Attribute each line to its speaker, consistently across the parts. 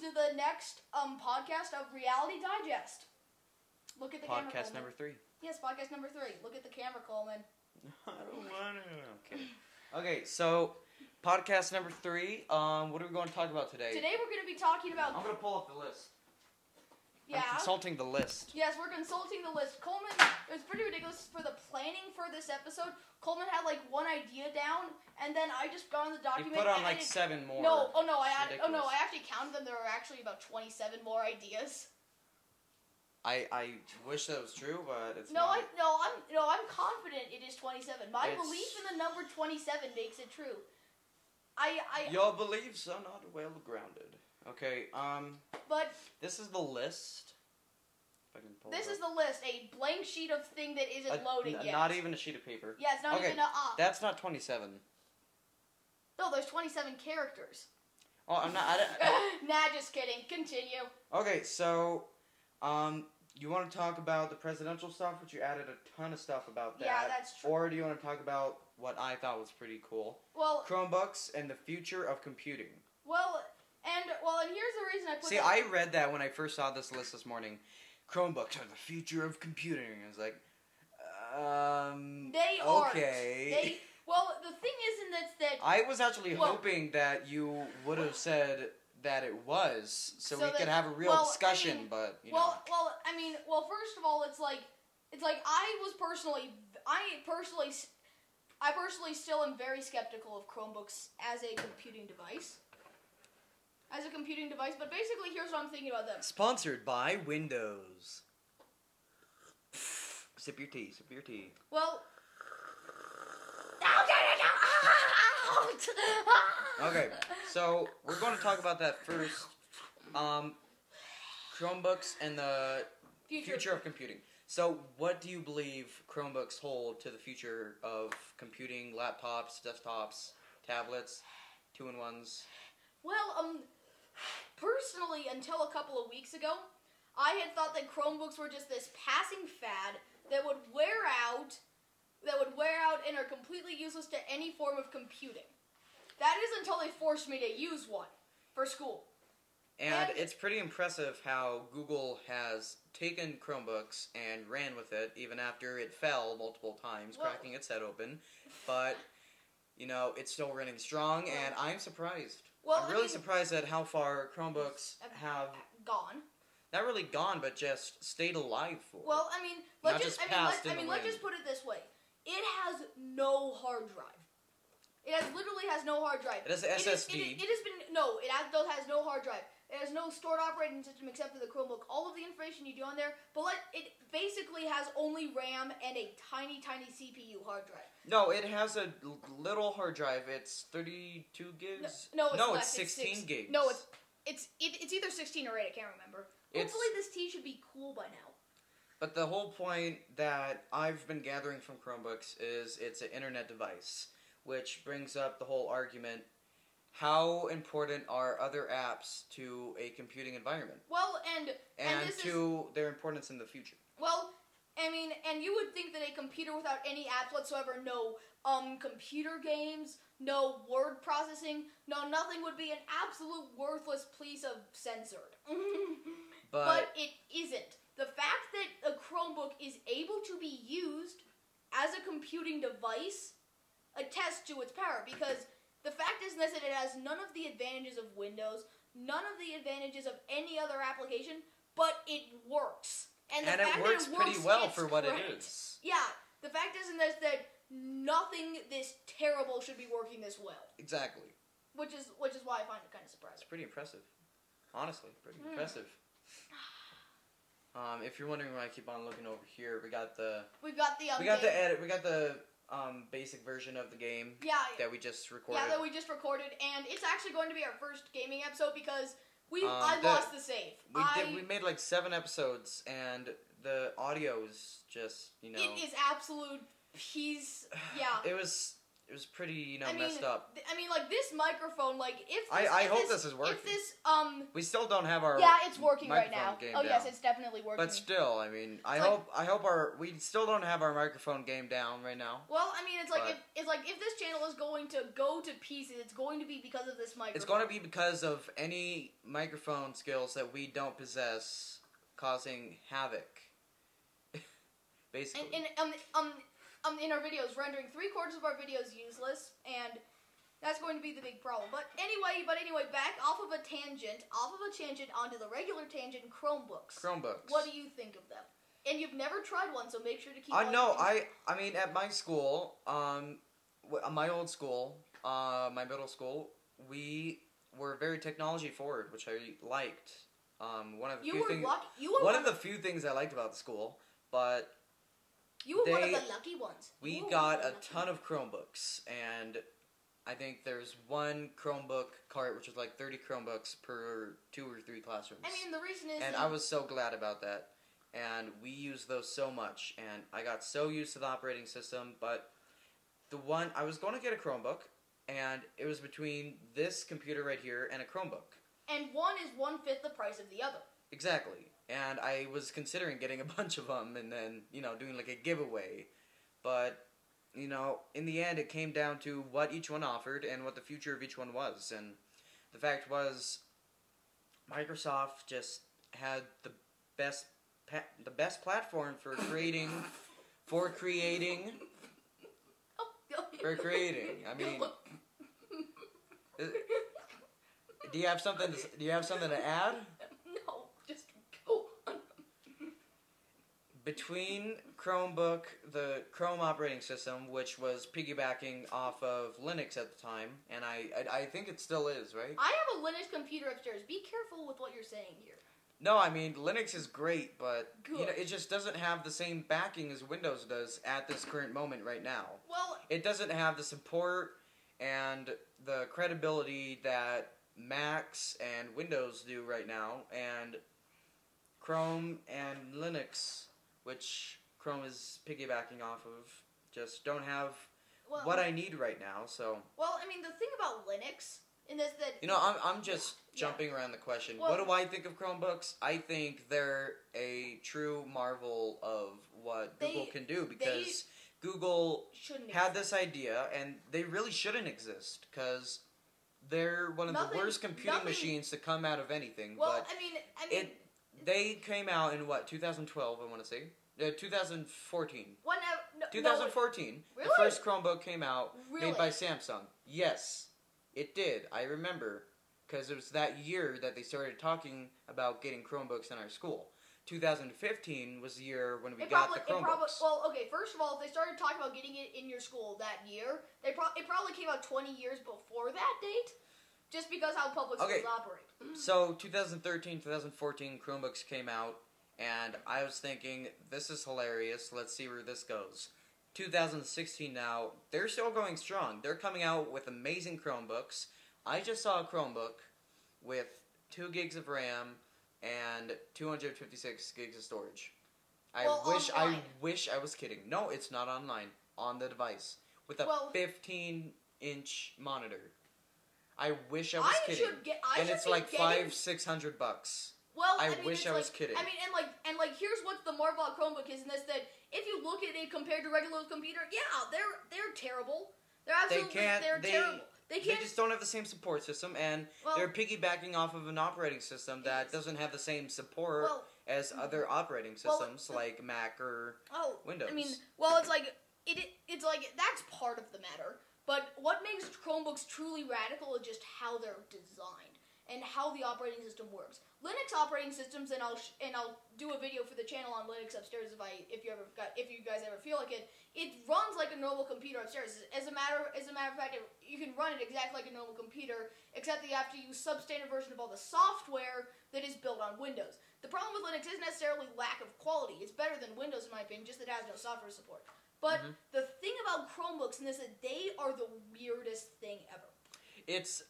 Speaker 1: to the next um, podcast of Reality Digest. Look at the camera,
Speaker 2: Podcast
Speaker 1: Coleman.
Speaker 2: number three.
Speaker 1: Yes, podcast number three. Look at the camera, Coleman.
Speaker 2: I don't want to. Okay. Okay, so podcast number three. Um, what are we going to talk about today?
Speaker 1: Today we're going to be talking about.
Speaker 2: I'm going to pull up the list.
Speaker 1: yeah.
Speaker 2: I'm consulting the list.
Speaker 1: Yes, we're consulting the list. Coleman, it was pretty ridiculous for the planning for this episode. Coleman had like one idea down, and then I just got on the
Speaker 2: You
Speaker 1: document.
Speaker 2: put on
Speaker 1: and
Speaker 2: like
Speaker 1: added-
Speaker 2: seven more.
Speaker 1: No, oh no, I
Speaker 2: It's
Speaker 1: added. Oh no,
Speaker 2: ridiculous.
Speaker 1: I actually counted them. There were actually about twenty-seven more ideas.
Speaker 2: I, I wish that was true, but it's
Speaker 1: No,
Speaker 2: not.
Speaker 1: I no, I'm no, I'm confident it is 27. My
Speaker 2: It's-
Speaker 1: belief in the number 27 makes it true. I I
Speaker 2: Your beliefs are not well grounded. Okay, um,
Speaker 1: but
Speaker 2: this is the list. If I can pull
Speaker 1: this
Speaker 2: it
Speaker 1: is the list, a blank sheet of thing that
Speaker 2: up.
Speaker 1: isn't
Speaker 2: A-
Speaker 1: loaded
Speaker 2: n-
Speaker 1: yet.
Speaker 2: Not even a sheet of paper.
Speaker 1: Yeah, it's not
Speaker 2: Okay.
Speaker 1: even a uh,
Speaker 2: That's not 27.
Speaker 1: No, there's 27 characters.
Speaker 2: Oh, I'm not. I don't-
Speaker 1: nah, just kidding. Continue.
Speaker 2: Okay, so, um, you want to talk about the presidential stuff, which you added a ton of stuff about that.
Speaker 1: Yeah, that's true.
Speaker 2: Or do you want to talk about what I thought was pretty cool,
Speaker 1: Well,
Speaker 2: Chromebooks and the future of computing?
Speaker 1: well, and well, and here's the reason I put
Speaker 2: See,
Speaker 1: that-
Speaker 2: I read that when I first saw this list this morning. Chromebooks are the future of computing. I was like, um,
Speaker 1: they are
Speaker 2: okay.
Speaker 1: They well, the thing isn't that that
Speaker 2: I was actually
Speaker 1: Well-
Speaker 2: hoping that you would have said that it was, so,
Speaker 1: So
Speaker 2: we could
Speaker 1: that-
Speaker 2: have a real
Speaker 1: well, I
Speaker 2: discussion.
Speaker 1: mean,
Speaker 2: but you know.
Speaker 1: Well, well, I mean, well, first of all, it's like, it's like I was personally, I personally, s- I personally still am very skeptical of Chromebooks as a computing device, as a computing device. But basically, here's what I'm thinking about them.
Speaker 2: Sponsored by Windows. Sip your tea, sip your tea.
Speaker 1: Well. I'll get
Speaker 2: Okay,
Speaker 1: it out!
Speaker 2: so we're going to talk about that first. Um, Chromebooks and the
Speaker 1: Future.
Speaker 2: future of computing. So, what do you believe Chromebooks hold to the future of computing, laptops, desktops, tablets, two in ones?
Speaker 1: Well, um, personally, until a couple of weeks ago, I had thought that Chromebooks were just this passing fad that would wear out, that would wear out and are completely useless to any form of computing. That is until they forced me to use one for school.
Speaker 2: And
Speaker 1: And-
Speaker 2: it's pretty impressive how Google has taken Chromebooks and ran with it, even after it fell multiple times,
Speaker 1: Well-
Speaker 2: cracking its head open. But you know, it's still running strong, and I'm surprised.
Speaker 1: Well,
Speaker 2: I'm
Speaker 1: I
Speaker 2: really
Speaker 1: mean-
Speaker 2: surprised at how far Chromebooks
Speaker 1: I've-
Speaker 2: have
Speaker 1: Gone.
Speaker 2: not really gone, but just stayed alive for.
Speaker 1: Well, I mean, let's
Speaker 2: Not
Speaker 1: just,
Speaker 2: just
Speaker 1: I mean,
Speaker 2: passed
Speaker 1: let's, I
Speaker 2: in the
Speaker 1: mean, let's
Speaker 2: wind.
Speaker 1: just put it this way: it has no hard drive. It has literally has no hard drive.
Speaker 2: It has an
Speaker 1: It is-
Speaker 2: SSD.
Speaker 1: It, it has been no. It has, though has no hard drive. It has no stored operating system except for the Chromebook. All of the information you do on there, but let, it basically has only RAM and a tiny, tiny CPU hard drive.
Speaker 2: no, it has a l- little hard drive. It's 32 gigs.
Speaker 1: No, it's,
Speaker 2: no,
Speaker 1: less.
Speaker 2: it's 16
Speaker 1: six-
Speaker 2: gigs.
Speaker 1: No, it's it's it, it's either sixteen or eight. I can't remember.
Speaker 2: It's-
Speaker 1: Hopefully, this tea should be cool by now.
Speaker 2: But the whole point that I've been gathering from Chromebooks is it's an internet device, which brings up the whole argument how important are other apps to a computing environment
Speaker 1: Well, and
Speaker 2: and,
Speaker 1: this is-
Speaker 2: to their importance in the future?
Speaker 1: Well, I mean, and you would think that a computer without any apps whatsoever, no um computer games, no word processing, no nothing would be an absolute worthless piece of censored.
Speaker 2: But,
Speaker 1: but it isn't. The fact that a Chromebook is able to be used as a computing device attests to its power because the fact is this that it has none of the advantages of Windows, none of the advantages of any other application, but it works. And, the
Speaker 2: and
Speaker 1: fact
Speaker 2: it works
Speaker 1: that it
Speaker 2: pretty well
Speaker 1: it's
Speaker 2: for what
Speaker 1: great.
Speaker 2: it is.
Speaker 1: Yeah, the fact isn't this that nothing this terrible should be working this well,
Speaker 2: Exactly.
Speaker 1: which is which is why I find it kind of
Speaker 2: It's
Speaker 1: surprising.
Speaker 2: pretty impressive. Honestly, pretty
Speaker 1: Hmm.
Speaker 2: impressive. Um, if you're wondering why I keep on looking over here, we got the
Speaker 1: We've got the um,
Speaker 2: we got
Speaker 1: game-
Speaker 2: the edit, we got the um, basic version of the game
Speaker 1: yeah,
Speaker 2: that we just recorded.
Speaker 1: Yeah, that we just recorded, and it's actually going to be our first gaming episode because we
Speaker 2: Um,
Speaker 1: I
Speaker 2: the-
Speaker 1: lost the save.
Speaker 2: We
Speaker 1: I,
Speaker 2: did. We made like seven episodes, and the audio is just you know.
Speaker 1: It is absolute piece. Yeah,
Speaker 2: It was it was pretty you know
Speaker 1: I mean,
Speaker 2: messed up.
Speaker 1: th- I mean, like this microphone, like if this,
Speaker 2: I, I
Speaker 1: if
Speaker 2: hope
Speaker 1: this,
Speaker 2: this is working.
Speaker 1: if this um
Speaker 2: we still don't have our
Speaker 1: yeah, it's working right
Speaker 2: microphone
Speaker 1: now.
Speaker 2: game
Speaker 1: Oh yes,
Speaker 2: down.
Speaker 1: it's definitely working.
Speaker 2: but still I mean I
Speaker 1: It's like-
Speaker 2: hope I hope our we still don't have our microphone game down right now.
Speaker 1: well, I mean, it's like
Speaker 2: but-
Speaker 1: if it's like if this channel is going to go to pieces, it's going to be because of this microphone.
Speaker 2: It's going to be because of any microphone skills that we don't possess causing havoc. Basically.
Speaker 1: And, and um, um, um, in our videos, rendering three quarters of our videos useless, and that's going to be the big problem. But anyway, but anyway, back off of a tangent, off of a tangent onto the regular tangent Chromebooks.
Speaker 2: Chromebooks.
Speaker 1: What do you think of them? And you've never tried one, so make sure to keep.
Speaker 2: I
Speaker 1: all
Speaker 2: know.
Speaker 1: your-
Speaker 2: I I mean, at my school, um, w- my old school, uh, my middle school, we were very technology forward, which I liked. Um, one of the
Speaker 1: You
Speaker 2: few
Speaker 1: were
Speaker 2: things,
Speaker 1: lucky. You were
Speaker 2: one
Speaker 1: one
Speaker 2: of the few things I liked about the school. But
Speaker 1: You were one of
Speaker 2: they-
Speaker 1: the lucky ones.
Speaker 2: we
Speaker 1: You were
Speaker 2: got
Speaker 1: one of
Speaker 2: a
Speaker 1: the lucky
Speaker 2: ton
Speaker 1: ones.
Speaker 2: of Chromebooks, and I think there's one Chromebook cart, which was like 30 Chromebooks per two or three classrooms.
Speaker 1: I mean, the reason is.
Speaker 2: and
Speaker 1: that-
Speaker 2: I was so glad about that. And we used those so much, and I got so used to the operating system. But the one I was going to get a Chromebook, and it was between this computer right here and a Chromebook.
Speaker 1: and one is one fifth the price of the other.
Speaker 2: Exactly. And I was considering getting a bunch of them and then, you know, doing like a giveaway. But, you know, in the end, it came down to what each one offered and what the future of each one was. And the fact was, Microsoft just had the best pa- the best platform for creating for creating
Speaker 1: Oh,
Speaker 2: for creating. I mean, uh, do you have something to, s- do you have something to add
Speaker 1: no, just go on.
Speaker 2: between Chromebook, the Chrome operating system, which was piggybacking off of Linux at the time, and I, I, I think it still is, right?
Speaker 1: I have a Linux computer upstairs. Be careful with what you're saying here.
Speaker 2: No, I mean Linux is great, but you know
Speaker 1: Good.
Speaker 2: it just doesn't have the same backing as Windows does at this current moment right now.
Speaker 1: Well,
Speaker 2: It doesn't have the support and the credibility that Macs and Windows do right now, and Chrome and Linux, which Chrome is piggybacking off of, just don't have
Speaker 1: well,
Speaker 2: what I need right now. So
Speaker 1: well, I mean, the thing about Linux in this that
Speaker 2: you know, I'm I'm just
Speaker 1: Yeah.
Speaker 2: jumping around the question.
Speaker 1: Well-
Speaker 2: what do I think of Chromebooks? I think they're a true marvel of what
Speaker 1: They-
Speaker 2: Google can do because Google
Speaker 1: shouldn't
Speaker 2: had
Speaker 1: exist.
Speaker 2: this idea, and they really shouldn't exist because they're one of
Speaker 1: Nothing-
Speaker 2: the worst computing
Speaker 1: nothing-
Speaker 2: machines to come out of anything.
Speaker 1: Well,
Speaker 2: but
Speaker 1: I mean, I mean,
Speaker 2: they came out in what 2012? I want to say uh, 2014.
Speaker 1: whenever no, no,
Speaker 2: 2014.
Speaker 1: Really?
Speaker 2: The first Chromebook came out,
Speaker 1: Really?
Speaker 2: made by Samsung. Yes, it did. I remember because it was that year that they started talking about getting Chromebooks in our school. 2015 was the year when we
Speaker 1: it
Speaker 2: got
Speaker 1: probably,
Speaker 2: the Chromebooks.
Speaker 1: it probably, well, okay. First of all, if they started talking about getting it in your school that year, they pro- it probably came out 20 years before that date, just because how public schools
Speaker 2: Okay.
Speaker 1: operate.
Speaker 2: So 2013, 2014, Chromebooks came out, and I was thinking, this is hilarious. Let's see where this goes. 2016 now, they're still going strong. They're coming out with amazing Chromebooks. I just saw a Chromebook with 2 gigs of RAM and 256 gigs of storage. I
Speaker 1: Well,
Speaker 2: wish I
Speaker 1: online.
Speaker 2: wish I was kidding. No, it's not online. On the device with a
Speaker 1: Well-
Speaker 2: 15 inch monitor. I wish I was
Speaker 1: I
Speaker 2: kidding
Speaker 1: should get. I
Speaker 2: and
Speaker 1: should
Speaker 2: it's
Speaker 1: be
Speaker 2: like
Speaker 1: getting,
Speaker 2: five, six hundred bucks.
Speaker 1: Well,
Speaker 2: I
Speaker 1: I, mean,
Speaker 2: wish
Speaker 1: it's
Speaker 2: I was
Speaker 1: like-
Speaker 2: kidding.
Speaker 1: I mean, and like, and like, here's what the marvel about Chromebook is, and that's that if you look at it compared to regular computer, yeah, they're they're terrible. They're
Speaker 2: They
Speaker 1: absolutely
Speaker 2: can't.
Speaker 1: are
Speaker 2: they,
Speaker 1: terrible. They
Speaker 2: they
Speaker 1: can't.
Speaker 2: just don't have the same support system, and
Speaker 1: well,
Speaker 2: they're piggybacking off of an operating system that
Speaker 1: Yes.
Speaker 2: doesn't have the same support
Speaker 1: well, Mm-hmm.
Speaker 2: as other operating
Speaker 1: Well,
Speaker 2: systems
Speaker 1: the-
Speaker 2: like Mac or
Speaker 1: oh,
Speaker 2: Windows.
Speaker 1: I mean, well, it's like it. It's like that's part of the matter. But what makes Chromebooks truly radical is just how they're designed and how the operating system works. Linux operating systems, and I'll sh- and I'll do a video for the channel on Linux upstairs if I if you ever got if you guys ever feel like it. It runs like a normal computer upstairs. As a matter as a matter of fact, it, you can run it exactly like a normal computer, except that you have to use substandard version of all the software that is built on Windows. The problem with Linux isn't necessarily lack of quality. It's better than Windows in my opinion, just that it has no software support. But
Speaker 2: Mhm.
Speaker 1: the thing about Chromebooks and this is they are the weirdest thing ever.
Speaker 2: it's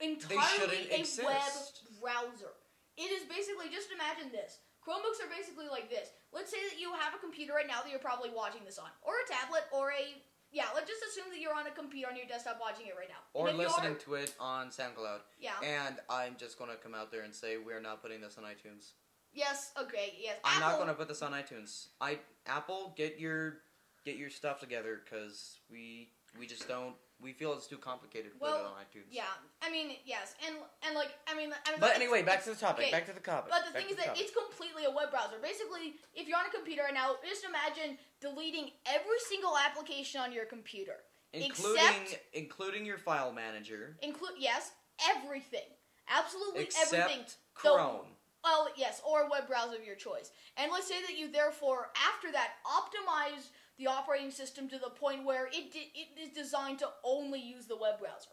Speaker 1: Entirely
Speaker 2: shouldn't
Speaker 1: a web
Speaker 2: exist.
Speaker 1: browser. It is basically just imagine this. Chromebooks are basically like this. Let's say that you have a computer right now that you're probably watching this on, or a tablet, or a yeah, let's just assume that you're on a computer on your desktop watching it right now.
Speaker 2: or
Speaker 1: And if you are-
Speaker 2: listening to it on SoundCloud.
Speaker 1: Yeah.
Speaker 2: And I'm just gonna come out there and say we're not putting this on iTunes.
Speaker 1: Yes. Okay. Yes.
Speaker 2: I'm not
Speaker 1: Apple-
Speaker 2: gonna put this on iTunes. I Apple, get your get your stuff together because we we just don't. We feel it's too complicated to put
Speaker 1: Well,
Speaker 2: it on iTunes.
Speaker 1: Yeah. I mean, yes. And and like, I mean, I mean
Speaker 2: But
Speaker 1: it's-
Speaker 2: anyway, back to the topic.
Speaker 1: okay,
Speaker 2: Back to the topic.
Speaker 1: But the
Speaker 2: back
Speaker 1: thing
Speaker 2: to
Speaker 1: is that
Speaker 2: topic.
Speaker 1: it's completely a web browser. Basically, if you're on a computer right now, just imagine deleting every single application on your computer.
Speaker 2: including including your file manager,
Speaker 1: Include yes, everything. Absolutely
Speaker 2: except
Speaker 1: everything.
Speaker 2: Chrome.
Speaker 1: Well, yes, or a web browser of your choice. And let's say that you therefore, after that, optimize the operating system to the point where it de- it is designed to only use the web browser.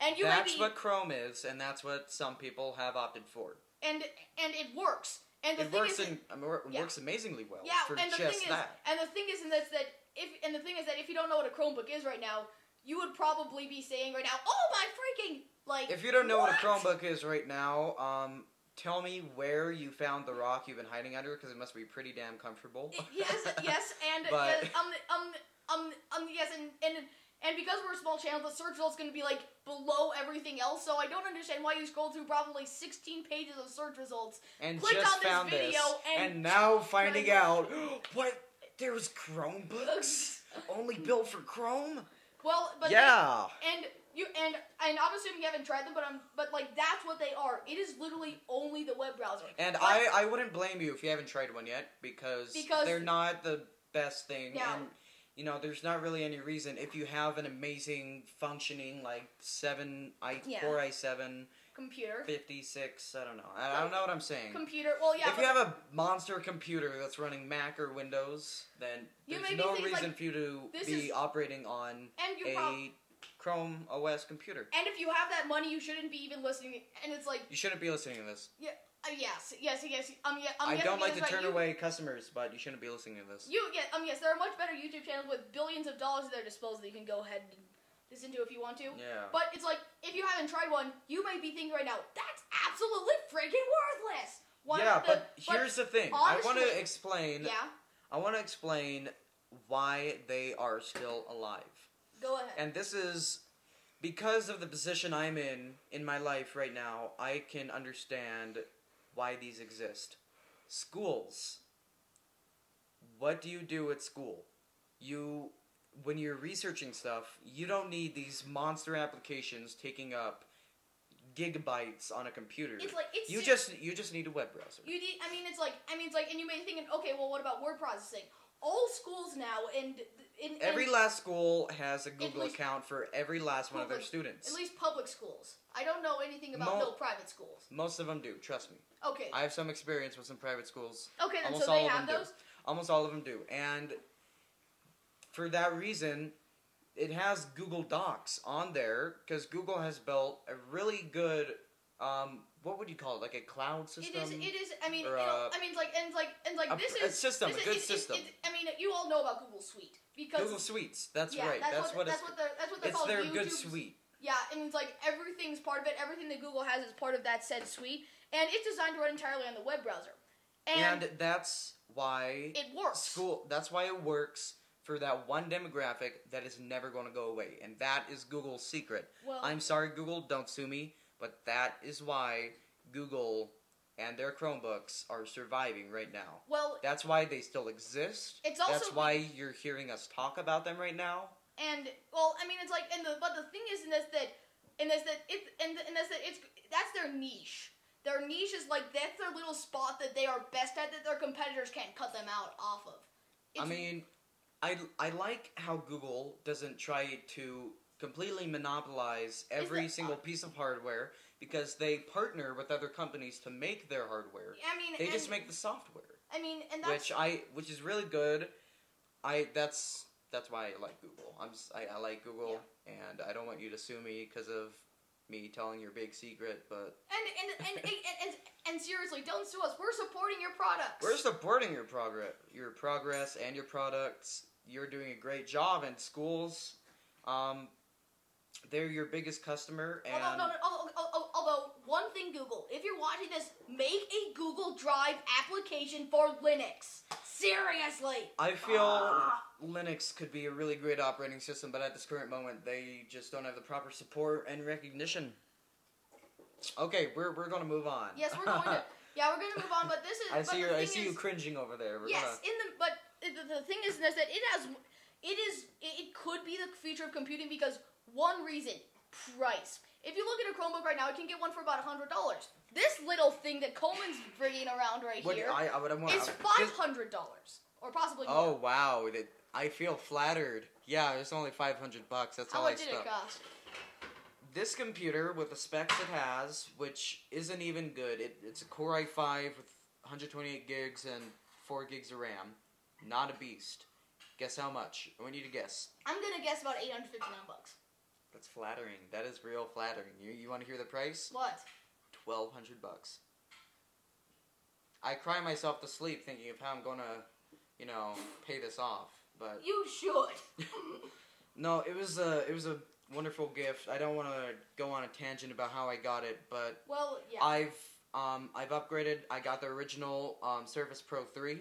Speaker 1: And you may
Speaker 2: that's
Speaker 1: be
Speaker 2: what Chrome is, and that's what some people have opted for.
Speaker 1: and and it works. And the
Speaker 2: it
Speaker 1: thing
Speaker 2: works
Speaker 1: is,
Speaker 2: in, um, it
Speaker 1: yeah.
Speaker 2: works amazingly well
Speaker 1: yeah,
Speaker 2: for
Speaker 1: and the
Speaker 2: just
Speaker 1: thing is,
Speaker 2: that.
Speaker 1: and the thing is, and that's that if and the thing is that if you don't know what a Chromebook is right now, you would probably be saying right now, "Oh my freaking!" Like
Speaker 2: If you don't know what? a
Speaker 1: what?"
Speaker 2: Chromebook is right now, um, tell me where you found the rock you've been hiding under because it must be pretty damn comfortable.
Speaker 1: yes, yes, and
Speaker 2: But-
Speaker 1: yes, um, um, um, um, yes, and and and because we're a small channel, the search result's going to be like below everything else. So I don't understand why you scroll through probably 16 pages of search results.
Speaker 2: and
Speaker 1: Clicked
Speaker 2: just
Speaker 1: on this
Speaker 2: found
Speaker 1: video
Speaker 2: this,
Speaker 1: and-
Speaker 2: now finding out what there's Chromebooks only built for Chrome.
Speaker 1: Well, but they-
Speaker 2: yeah,
Speaker 1: and you and and I'm assuming you haven't tried them, but I'm but like that's what they are. It is literally only the web browser.
Speaker 2: and
Speaker 1: But-
Speaker 2: I I wouldn't blame you if you haven't tried one yet because,
Speaker 1: Because-
Speaker 2: they're not the best thing.
Speaker 1: Yeah.
Speaker 2: And, you know, there's not really any reason if you have an amazing functioning like seven i
Speaker 1: Yeah.
Speaker 2: core i seven
Speaker 1: computer
Speaker 2: 56 i don't know i, I don't know what i'm saying
Speaker 1: computer. Well, yeah,
Speaker 2: if
Speaker 1: but
Speaker 2: you have a monster computer that's running mac or windows then
Speaker 1: You
Speaker 2: there's
Speaker 1: may be
Speaker 2: no
Speaker 1: thinking, like,
Speaker 2: reason for you to
Speaker 1: this
Speaker 2: be
Speaker 1: is-
Speaker 2: operating on
Speaker 1: and you
Speaker 2: a
Speaker 1: probably
Speaker 2: chrome os computer
Speaker 1: and if you have that money, you shouldn't be even listening. And it's like
Speaker 2: you shouldn't be listening to this
Speaker 1: uh, yes, yes, yes. Um, yeah, um,
Speaker 2: i
Speaker 1: yes,
Speaker 2: don't
Speaker 1: yes,
Speaker 2: like to
Speaker 1: yes,
Speaker 2: turn
Speaker 1: you-
Speaker 2: away customers but you shouldn't be listening to this
Speaker 1: You yeah, um yes, there are much better YouTube channels with billions of dollars at their disposal that you can go ahead and listen to if you want to.
Speaker 2: yeah
Speaker 1: But it's like if you haven't tried one, you may be thinking right now, that's absolutely freaking worthless. Why
Speaker 2: yeah
Speaker 1: not the,
Speaker 2: but here's the thing i want
Speaker 1: honestly-
Speaker 2: to explain
Speaker 1: yeah,
Speaker 2: i want to explain why they are still alive
Speaker 1: go ahead.
Speaker 2: And this is because of the position I'm in in my life right now, I can understand why these exist. Schools. What do you do at school? You when you're researching stuff, you don't need these monster applications taking up gigabytes on a computer.
Speaker 1: It's like it's
Speaker 2: you
Speaker 1: ser-
Speaker 2: just you just need a web browser.
Speaker 1: you need, I mean it's like I mean it's like and you may be thinking, okay, well what about word processing? All schools now and in, in
Speaker 2: Every last school has a Google
Speaker 1: least-
Speaker 2: account for every last one of their
Speaker 1: Public-
Speaker 2: students.
Speaker 1: at least public schools. I don't know anything about
Speaker 2: Mo-
Speaker 1: no private schools.
Speaker 2: Most of them do, trust me.
Speaker 1: Okay.
Speaker 2: I have some experience with some private schools
Speaker 1: okay, then
Speaker 2: almost
Speaker 1: so they
Speaker 2: all of
Speaker 1: have
Speaker 2: them do.
Speaker 1: those?
Speaker 2: Almost all of them do. And for that reason, it has Google Docs on there because Google has built a really good, um, what would you call it? Like a cloud
Speaker 1: It
Speaker 2: system?
Speaker 1: is. It is. I mean,
Speaker 2: um, or,
Speaker 1: you know,
Speaker 2: uh,
Speaker 1: I mean, it's like, and it's like, and like,
Speaker 2: a,
Speaker 1: this
Speaker 2: a
Speaker 1: is
Speaker 2: system,
Speaker 1: this
Speaker 2: a good
Speaker 1: is, it's-
Speaker 2: system.
Speaker 1: it's- I mean, you all know about Google Suite because
Speaker 2: Google Suites. That's
Speaker 1: yeah,
Speaker 2: right.
Speaker 1: That's,
Speaker 2: That's, what,
Speaker 1: what, that's what they're that's what they're
Speaker 2: it's. It's
Speaker 1: called.
Speaker 2: their good
Speaker 1: YouTube's-
Speaker 2: suite.
Speaker 1: Yeah, and it's like everything's part of it. Everything that Google has is part of that said suite, and it's designed to run entirely on the web browser, and,
Speaker 2: And, that's why
Speaker 1: it works.
Speaker 2: school, that's why it works for that one demographic that is never going to go away. And that is Google's secret.
Speaker 1: Well,
Speaker 2: I'm sorry, Google, don't sue me, but that is why Google and their Chromebooks are surviving right now.
Speaker 1: well,
Speaker 2: That's why they still exist.
Speaker 1: it's also
Speaker 2: That's why you're hearing us talk about them right now.
Speaker 1: and well, I mean, it's like, and the but the thing is, and that's that, and that's that, it, and and that's that, it's that's their niche. Their niche is like that's their little spot that they are best at that their competitors can't cut them out off of.
Speaker 2: I
Speaker 1: It's-
Speaker 2: mean, I, I like how Google doesn't try to completely monopolize every
Speaker 1: that-
Speaker 2: single piece of hardware because they partner with other companies to make their hardware.
Speaker 1: I mean,
Speaker 2: They
Speaker 1: and,
Speaker 2: just make the software,
Speaker 1: I mean, and that's
Speaker 2: which I which is really good. I that's that's why I like Google. I'm s- I, I like Google, and I don't want you to sue me because of me telling your big secret. But
Speaker 1: and and and, and, and, and and seriously, don't sue us. We're supporting your products.
Speaker 2: we're supporting your progress, your progress, and your products. You're doing a great job in schools. Um, they're your biggest customer, and
Speaker 1: Although, Oh, no, no, although, although- although, oh, one thing, Google, if you're watching this, make a Google Drive application for Linux. Seriously.
Speaker 2: I feel
Speaker 1: Ah.
Speaker 2: Linux could be a really great operating system, but at this current moment, they just don't have the proper support and recognition. Okay, we're, we're gonna move on.
Speaker 1: Yes, we're going to. Yeah, we're going to move on. But this is.
Speaker 2: I
Speaker 1: but
Speaker 2: see
Speaker 1: the
Speaker 2: you. I
Speaker 1: thing
Speaker 2: see
Speaker 1: is,
Speaker 2: you cringing over there. We're
Speaker 1: Yes, in the but the, the thing is is that it has it is it could be the future of computing because one reason price. If you look at a Chromebook right now, it can get one for about hundred dollars. This little thing that Coleman's bringing around right
Speaker 2: gonna. What,
Speaker 1: here
Speaker 2: I, I would, I want, uh,
Speaker 1: is five hundred dollars or possibly more.
Speaker 2: Oh wow! That- I feel flattered. Yeah, it's only five hundred bucks. That's
Speaker 1: How
Speaker 2: all I
Speaker 1: much did
Speaker 2: spent.
Speaker 1: it cost?
Speaker 2: This computer with the specs it has, which isn't even good. It, it's a Core i5 with 128 gigs and four gigs of RAM. Not a beast. Guess how much? I want you to guess.
Speaker 1: I'm gonna guess about eight hundred fifty nine bucks.
Speaker 2: That's flattering. That is real flattering. You you want to hear the price?
Speaker 1: What?
Speaker 2: Twelve hundred bucks. I cry myself to sleep thinking of how I'm gonna, you know, pay this off. But
Speaker 1: You should.
Speaker 2: No, it was a it was a wonderful gift. I don't want to go on a tangent about how I got it, but
Speaker 1: well, yeah.
Speaker 2: I've um I've upgraded. I got the original um Surface Pro 3,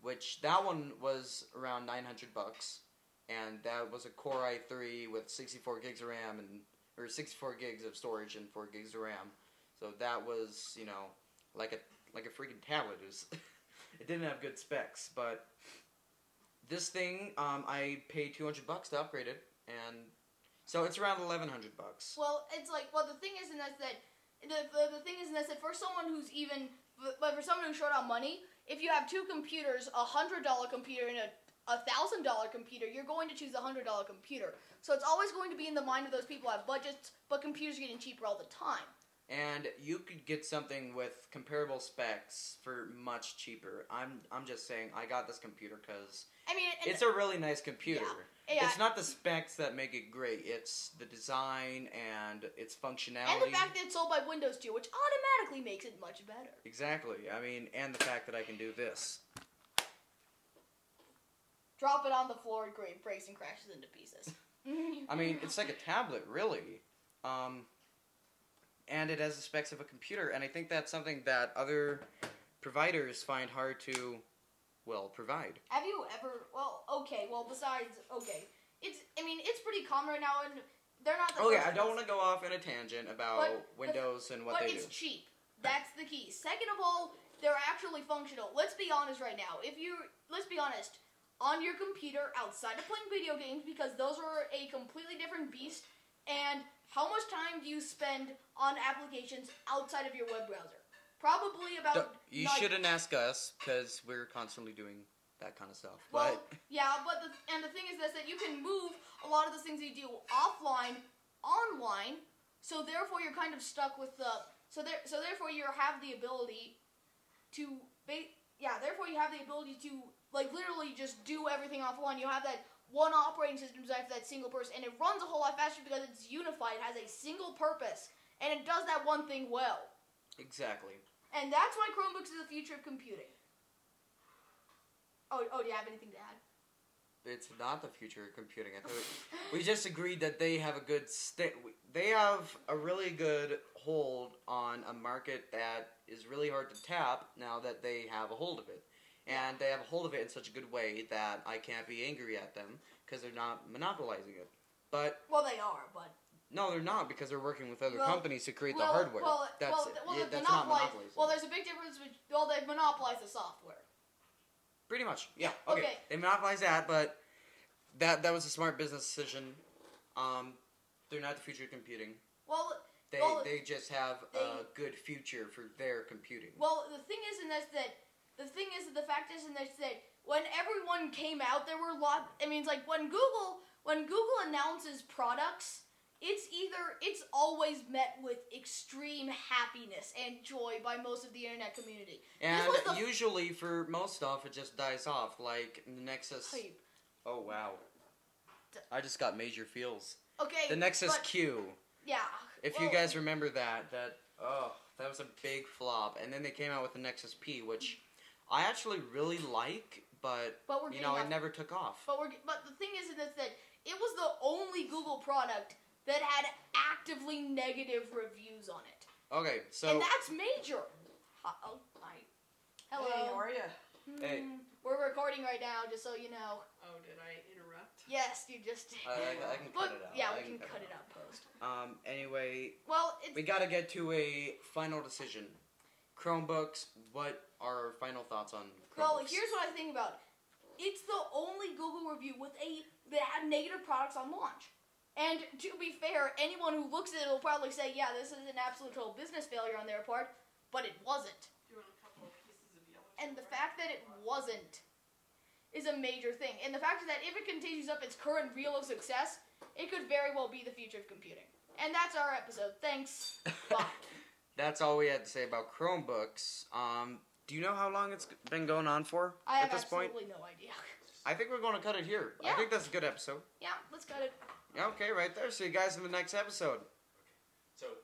Speaker 2: which that one was around 900 bucks, and that was a Core i3 with 64 gigs of RAM and or 64 gigs of storage and 4 gigs of RAM. So that was, you know, like a like a freaking tablet. It was it didn't have good specs, but this thing um I paid 200 bucks to upgrade it and so it's around 1100 bucks.
Speaker 1: Well, it's like well, the thing is, and that's that. The, the, the thing is, and that's that for someone who's even, but for someone who's short on money, if you have two computers, a hundred dollar computer and a a thousand dollar computer, you're going to choose a hundred dollar computer. So it's always going to be in the mind of those people who have budgets, but computers are getting cheaper all the time.
Speaker 2: and you could get something with comparable specs for much cheaper. I'm I'm just saying I got this computer because
Speaker 1: I mean, and,
Speaker 2: it's a really nice computer.
Speaker 1: yeah,
Speaker 2: It's not the specs that make it great; it's the design and its functionality.
Speaker 1: and the fact that it's sold by Windows 2, which automatically makes it much better.
Speaker 2: exactly. I mean, and the fact that I can do this.
Speaker 1: Drop it on the floor, it breaks and crashes into pieces.
Speaker 2: I mean, it's like a tablet, really. Um, and it has the specs of a computer, and I think that's something that other providers find hard to, well, provide.
Speaker 1: Have you ever? Well, okay. Well, besides, okay, it's. I mean, it's pretty common right now, and they're not. The
Speaker 2: Okay,
Speaker 1: first
Speaker 2: I don't
Speaker 1: ones,
Speaker 2: want to go off in a tangent about
Speaker 1: But- but-
Speaker 2: Windows and what
Speaker 1: but
Speaker 2: they do.
Speaker 1: it's cheap. That's the key. Second of all, they're actually functional. Let's be honest right now. If you, let's be honest, on your computer outside of playing video games, because those are a completely different beast. And how much time do you spend on applications outside of your web browser? Probably about.
Speaker 2: Don't- you
Speaker 1: none.
Speaker 2: shouldn't ask us because we're constantly doing that kind of stuff.
Speaker 1: Well,
Speaker 2: but
Speaker 1: yeah, but the, and the thing is this, that you can move a lot of the things that you do offline, online, so therefore you're kind of stuck with the so there so therefore you have the ability to ba- yeah therefore you have the ability to like literally just do everything offline. You have that one operating system designed for that single person, and it runs a whole lot faster because it's unified, it has a single purpose, and it does that one thing well.
Speaker 2: exactly.
Speaker 1: And that's why Chromebooks is the future of computing. Oh, oh, do you have anything to add?
Speaker 2: It's not the future of computing. I thought we just agreed that they have a good sti- they have a really good hold on a market that is really hard to tap now that they have a hold of it. And they have a hold of it in such a good way that I can't be angry at them because they're not monopolizing it. But
Speaker 1: Well, they are, but
Speaker 2: No, they're not because they're working with other
Speaker 1: Well-
Speaker 2: companies to create
Speaker 1: well,
Speaker 2: the hardware.
Speaker 1: Well,
Speaker 2: that's
Speaker 1: well,
Speaker 2: it.
Speaker 1: well,
Speaker 2: Yeah,
Speaker 1: they've
Speaker 2: that's not
Speaker 1: monopolized-
Speaker 2: monopoly.
Speaker 1: Well, there's a big difference. Between, well, they've monopolized the software.
Speaker 2: pretty much. Yeah. Okay.
Speaker 1: okay.
Speaker 2: They monopolize that, but that that was a smart business decision. Um, they're not the future of computing.
Speaker 1: Well,
Speaker 2: They
Speaker 1: Well,
Speaker 2: they just have a
Speaker 1: they-
Speaker 2: good future for their computing.
Speaker 1: well, the thing is, and that's that. The thing is, the fact is, and that's that. When everyone came out, there were a lot. I mean, it's like when Google, when Google announces products, it's either it's always met with extreme happiness and joy by most of the internet community.
Speaker 2: and
Speaker 1: was the-
Speaker 2: usually for most stuff, it just dies off. Like the Nexus.
Speaker 1: Hype.
Speaker 2: Oh wow.
Speaker 1: D-
Speaker 2: I just got major feels.
Speaker 1: Okay.
Speaker 2: The Nexus
Speaker 1: but-
Speaker 2: Q.
Speaker 1: Yeah.
Speaker 2: If you
Speaker 1: well,
Speaker 2: guys remember that, that oh, that was a big flop. And then they came out with the Nexus P, which I actually really like, but
Speaker 1: But we're
Speaker 2: you
Speaker 1: getting
Speaker 2: know,
Speaker 1: off
Speaker 2: it never took off.
Speaker 1: But we're but the thing is, is that it was the only Google product that had actively negative reviews on it,
Speaker 2: Okay,
Speaker 1: and
Speaker 2: so
Speaker 1: that's major. Hi- Oh, hi. Hello.
Speaker 3: Hey, how are you?
Speaker 2: Hey.
Speaker 1: Hmm, We're recording right now, just so you know.
Speaker 3: Oh, did I interrupt?
Speaker 1: Yes, you just did.
Speaker 2: uh, I, I, I can
Speaker 1: But-
Speaker 2: cut it out.
Speaker 1: Yeah,
Speaker 2: I
Speaker 1: we can cut it out post.
Speaker 2: out. Um, anyway,
Speaker 1: Well, it's
Speaker 2: we gotta get to a final decision. Chromebooks. What are our final thoughts on Chromebooks?
Speaker 1: well. Here's what I think about. It's the only Google review with a that had negative products on launch. And to be fair, anyone who looks at it will probably say, "Yeah, this is an absolute total business failure on their part," but it wasn't.
Speaker 3: Do you want a couple of pieces of yellow?
Speaker 1: And the
Speaker 3: paper?
Speaker 1: fact that it wasn't is a major thing. And the fact that if it continues up its current reel of success, it could very well be the future of computing. And that's our episode. Thanks. Bye.
Speaker 2: That's all we had to say about Chromebooks. Um, do you know how long it's been going on for
Speaker 1: I have
Speaker 2: at this point?
Speaker 1: absolutely no idea.
Speaker 2: I think we're going to cut it here. I
Speaker 1: Yeah.
Speaker 2: think that's a good episode.
Speaker 1: Yeah, let's cut it.
Speaker 2: Yeah, Okay, right there. See you guys in the next episode.
Speaker 4: So